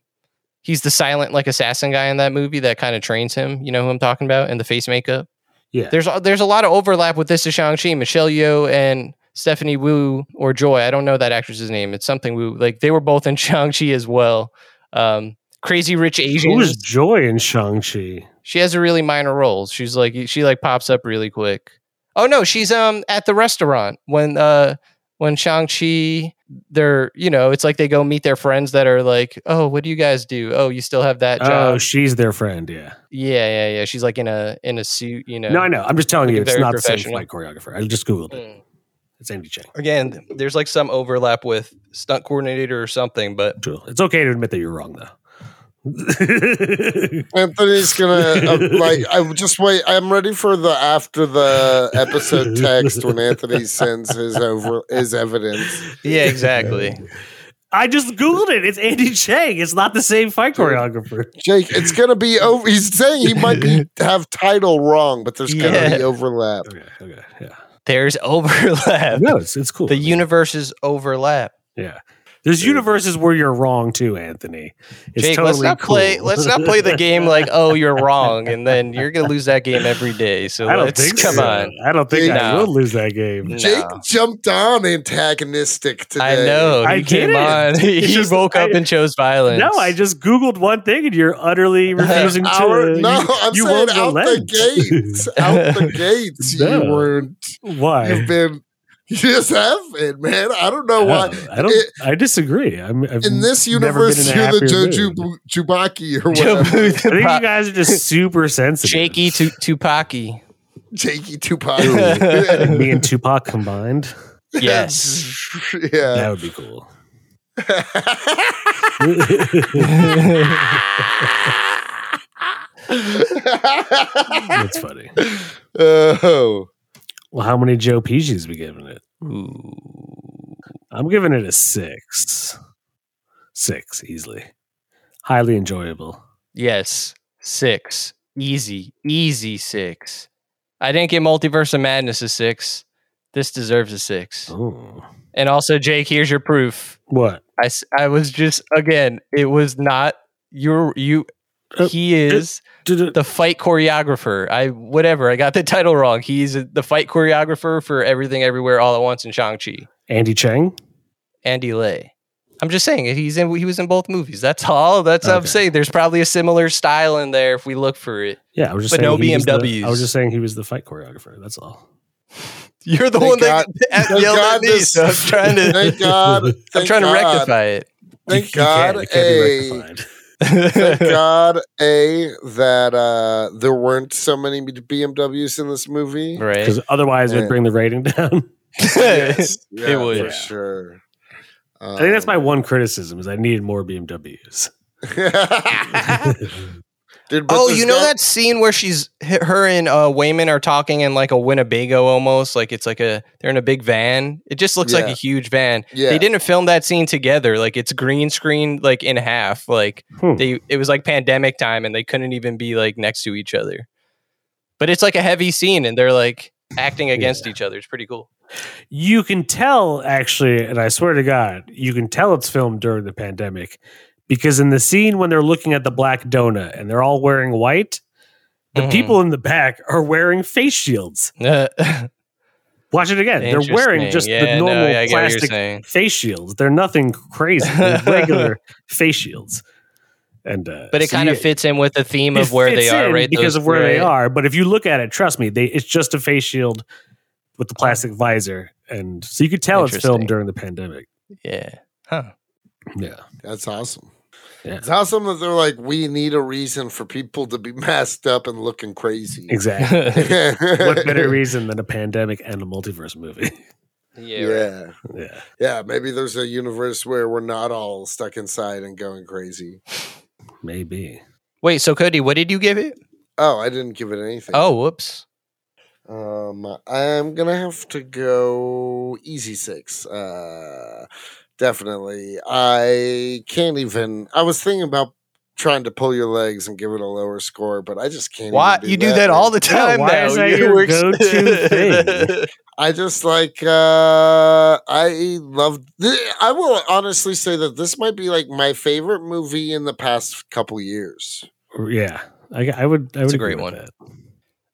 he's the silent like assassin guy in that movie that kind of trains him. You know who I'm talking about? And the face makeup.
Yeah.
There's a- there's a lot of overlap with this is Shang-Chi, Michelle Yeoh and Stephanie Wu or Joy. I don't know that actress's name. It's something Wu. Like they were both in Shang-Chi as well. Um Crazy Rich Asians.
Who's Joy in Shang-Chi?
She has a really minor role. She's like she like pops up really quick. Oh no, she's um at the restaurant when uh when Shang-Chi they're you know, it's like they go meet their friends that are like, "Oh, what do you guys do? Oh, you still have that job."
Oh, she's their friend. Yeah.
yeah, yeah, yeah. She's like in a in a suit, you know.
No, I know. I'm just telling you,
Looking
it's
very
not the same
professional.
flight choreographer. I just googled it.
Mm.
It's Andy Chang.
Again, there's like some overlap with stunt coordinator or something, but
True. It's okay to admit that you're wrong, though.
Anthony's gonna uh, like. I would just wait. I'm ready for the after the episode text when Anthony sends his over his evidence.
yeah, exactly.
I just googled it. It's Andy Chang. It's not the same fight choreographer.
Jake, it's gonna be over. He's saying he might be have title wrong, but there's gonna
Yeah.
be overlap.
Okay. Okay. Yeah.
there's overlap.
No, it's it's cool.
The universes overlap.
yeah. There's universes where you're wrong too, Anthony. It's
Jake, let's not play.
cool.
Let's not play the game like, oh, you're wrong, and then you're gonna lose that game every day. So
I don't
let's
think.
come
so.
on.
I don't think I
No.
will lose that game.
Jake
No.
jumped on antagonistic
I
today.
know.
I
he came
didn't.
on. He
It's just-
woke up
I-
and chose violence.
No, I just googled one thing, and you're utterly refusing to.
Our, no,
you-
I'm
you
saying
won't
out the
relent.
gates. out the gates,
No.
you weren't.
Why?
You've been. You just have it, man. I don't know why.
No, I don't.
It-
I disagree. I'm I've
in this
never been
universe,
in a
you're the
happier mood.
Joju Bu- Chubaki or
Joe
whatever.
Booth
I
and
think
Pro-
you guys are just super sensitive.
Jakey to Tupaci.
Jakey Tupac.
Like me and Tupac combined.
Yes.
yeah.
That would be cool. That's funny.
oh.
Well, how many Joe Piggies we giving it?
Ooh.
I'm giving it a six. Six easily. Highly enjoyable.
Yes. Six. Easy. Easy six. I didn't get Multiverse of Madness a six. This deserves a six.
Oh,
And also, Jake, here's your proof.
what?
I, s- I was just again it was not your you
Uh,
he is
Did it-
the fight choreographer i whatever i got the title wrong he's the fight choreographer for everything everywhere all at once in shang-chi
Andy Chang?
andy lay i'm just saying he's in he was in both movies that's all that's what i'm
Okay.
saying there's probably a similar style in there if we look for it
Yeah, I was just
But
saying
no
he was the-
BMWs.
I was just saying he was the fight choreographer. That's all.
you're the
Thank
one that
Thank
yelled
God
at me
this-
so i'm trying to
Thank God.
i'm
Thank
trying to
God.
rectify it
Thank
You- you
God.
can't- it
a,
can't be rectified.
thank God. A that uh, there weren't so many BMWs in this movie.
right
because otherwise it would
Yeah.
bring the rating down.
Yes.
It would.
for
Yeah.
sure.
I think that's
Um,
my one criticism is I needed more BMWs.
my. Um,
Hmm.
Dude, but
Oh,
this
you know
guy-
that scene where she's h- her and uh, Wayman are talking in like a Winnebago almost, like it's like a they're in a big van. It just looks like
Yeah.
a huge van.
Yeah.
They didn't film that scene together. Like it's green screen, like in half. Like
Hmm.
they, it was like pandemic time, and they couldn't even be like next to each other. But it's like a heavy scene, and they're like acting against each other. It's pretty cool.
You can tell, actually, and I swear to God, you can tell it's filmed during the pandemic because in the scene when they're looking at the black donut and they're all wearing white, the
Mhm.
people in the back are wearing face shields. Watch it again. They're wearing
Interesting.
just
Yeah,
the
no,
normal
yeah, I get what you're
plastic
saying.
face shields. They're nothing crazy, They're regular face shields. And uh,
But it
so
kind of
you-
fits in with the theme
it
of where they
fits
are,
in
right?
Because
Those-
of where they
right.
are. But if you look at it, trust me, they it's just a face shield with the plastic visor, and so you could tell it's
Interesting.
filmed during the pandemic.
Yeah. Huh.
Yeah,
That's awesome.
Yeah.
It's awesome that they're like, we need a reason for people to be masked up and looking crazy.
exactly. what better reason than a pandemic and a multiverse movie?
yeah. right.
Yeah.
yeah,
Yeah. Maybe there's a universe where we're not all stuck inside and going crazy.
maybe.
Wait, so Cody, what did you give it?
Oh, I didn't give it anything.
Oh, whoops.
Um, I'm gonna have to go easy six. Uh, definitely. I can't even. I was thinking about trying to pull your legs and give it a lower score, but I just can't.
Why
even
you do that all the
Yeah,
time?
why
now.
is that
You
your
were-
go-to thing?
I just like uh I love I will honestly say that this might be like my favorite movie in the past couple years.
Yeah, I, I would. I would
a
agree
great
with
one.
that.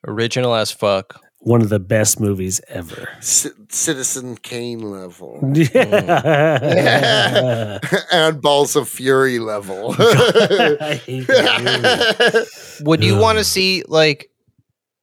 Original as fuck.
One of the best movies ever.
C- Citizen Kane level
Mm.
Yeah.
and Balls of Fury level.
I hate that
Would you
Ugh.
want to see like?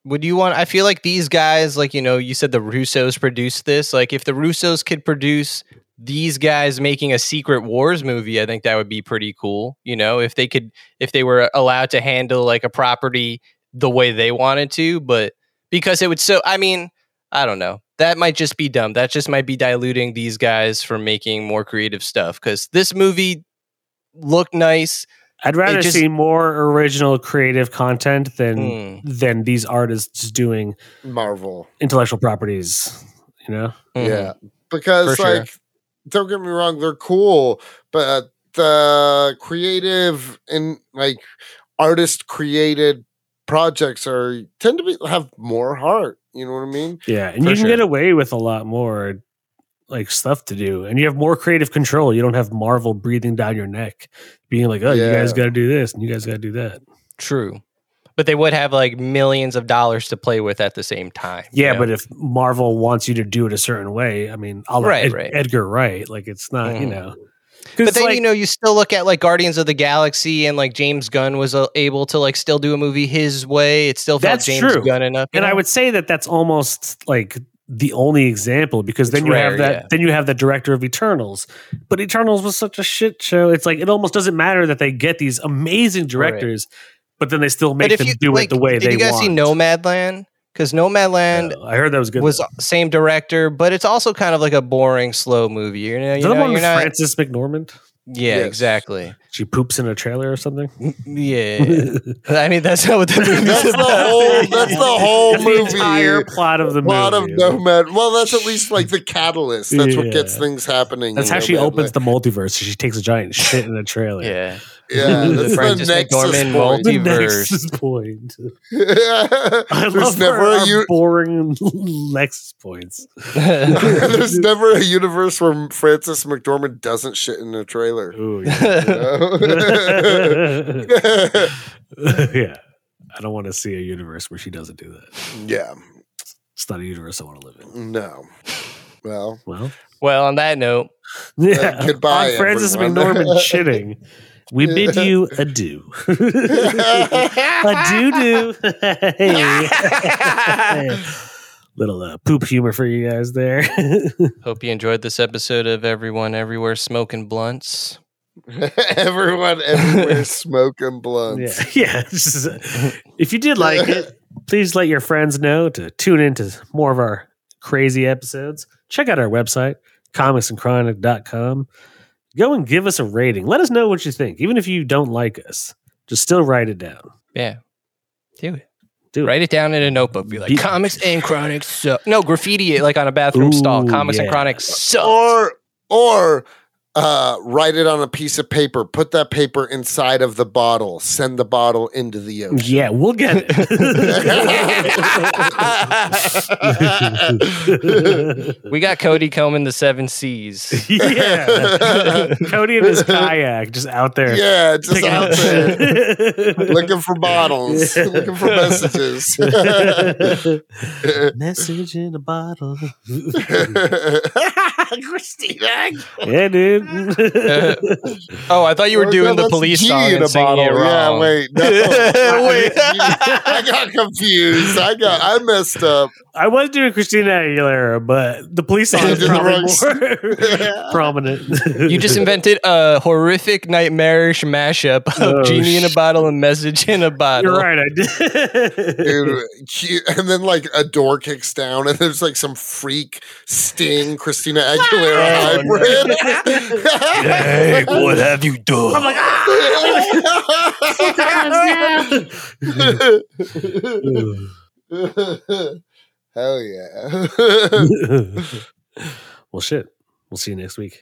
Would you want? I feel like these guys, like you know, you said the Russos produced this. Like, if the Russos could produce these guys making a Secret Wars movie, I think that would be pretty cool. You know, if they could, if they were allowed to handle like a property the way they wanted to, but because it would so. I mean, I don't know. That might just be dumb. That just might be diluting these guys from making more creative stuff. Because this movie looked nice.
I'd rather
It just-
see more original creative content than
Hmm.
than these artists doing
Marvel.
intellectual properties. You know,
Mhm.
Yeah. Because
For sure.
like don't get me wrong, they're cool, but the creative and like artist created projects are tend to be have more heart. You know what I mean?
yeah, and
For
you can
sure.
get away with a lot more like stuff to do, and you have more creative control. You don't have Marvel breathing down your neck, being like, "Oh, you
Yeah.
guys got to do this, and you guys got to do that."
True. But they would have like millions of dollars to play with at the same time. you
Yeah,
know?
but if Marvel wants you to do it a certain way, I mean, I'll
Right,
right,
right.
Edgar Wright, like it's not, you
Mhm.
know. 'Cause
But
it's
then
like-
you know you still look at like Guardians of the Galaxy and like James Gunn was uh, able to like still do a movie his way. It still felt
That's
James
true.
Gunn enough. you
and I
know?
would say that that's almost like the only example because then
It's
you
rare,
have that
yeah.
then you have the director of Eternals. But Eternals was such a shit show. It's like it almost doesn't matter that they get these amazing directors, but then they still
But
make them do
like,
it the way
did
they
you guys
want. Uh,
see Nomadland? Because Nomadland
I heard that was good.
was same director, but it's also kind of like a boring, slow movie. You know,
Is
you
that the
know
one
you're
with
not.
Frances McNormand?
Yeah,
Yes.
exactly.
She poops in a trailer or something.
Yeah, I mean that's not what the movie's
That's the
about.
whole. That's the whole
It's
movie.
entire plot of the
plot
movie.
of Nomad. Well, that's at least like the catalyst. That's what gets
Yeah.
things happening.
That's
in
how she
Nomadland.
opens the multiverse. She takes a giant shit in a trailer.
Yeah,
Yeah, that's
Francis
the nexus
McDormand
point.
The
Multiverse.
nexus point. I
there's
love
never
our,
a u-
boring nexus points.
there's never a universe where Francis McDormand doesn't shit in a trailer.
Ooh,
you know?
yeah. Yeah. I don't want to see a universe where she doesn't do that.
yeah,
It's not a universe I want to live in.
no. Well,
Well,
well, on that note,
yeah.
Uh, goodbye,
I'm Francis
everyone.
McNorman chitting. We bid you adieu. adieu, do. hey. Little uh, poop humor for you guys there.
Hope you enjoyed this episode of Everyone Everywhere Smoking Blunts.
everyone everywhere smoking blunts.
yeah, yeah. Just, uh, if you did like it, please let your friends know to tune in to more of our crazy episodes. Check out our website, comicsandchronic.com. Go and give us a rating. Let us know what you think. Even if you don't like us, just still write it down.
Yeah. Do it.
Do it.
Write it down in a notebook. Be like,
Be-
comics and chronics suck. No, graffiti it like on a bathroom
Ooh,
stall. Comics and
yeah.
chronics suck.
or or uh, write it on a piece of paper. Put that paper inside of the bottle. Send the bottle into the ocean.
Yeah, we'll get it.
we got Cody combing the seven C's.
yeah. Cody in his kayak just out there.
yeah, just
picking
out
up
there
shit.
looking for bottles,
Yeah.
looking for messages.
Message in a bottle.
Christina,
yeah, dude.
Oh, I thought you were
Well, no,
doing the
that's
police
G
song
in
and
a
singing
bottle.
it wrong.
Yeah, wait, no.
Wait.
I got confused. I got, I messed up.
I was doing Christina Aguilera, but the police song
You
is
did the
probably
wrong
more prominent.
You just invented a horrific, nightmarish mashup of
Oh,
genie in a
sh-
bottle and message in a bottle.
You're right. I did.
Dude, cute. and then like a door kicks down, and there's like some freak sting Christina Aguilera
Oh,
hybrid.
Hey, what
have you done?
I'm like, ah!
Hell yeah.
well, shit. We'll see you next week.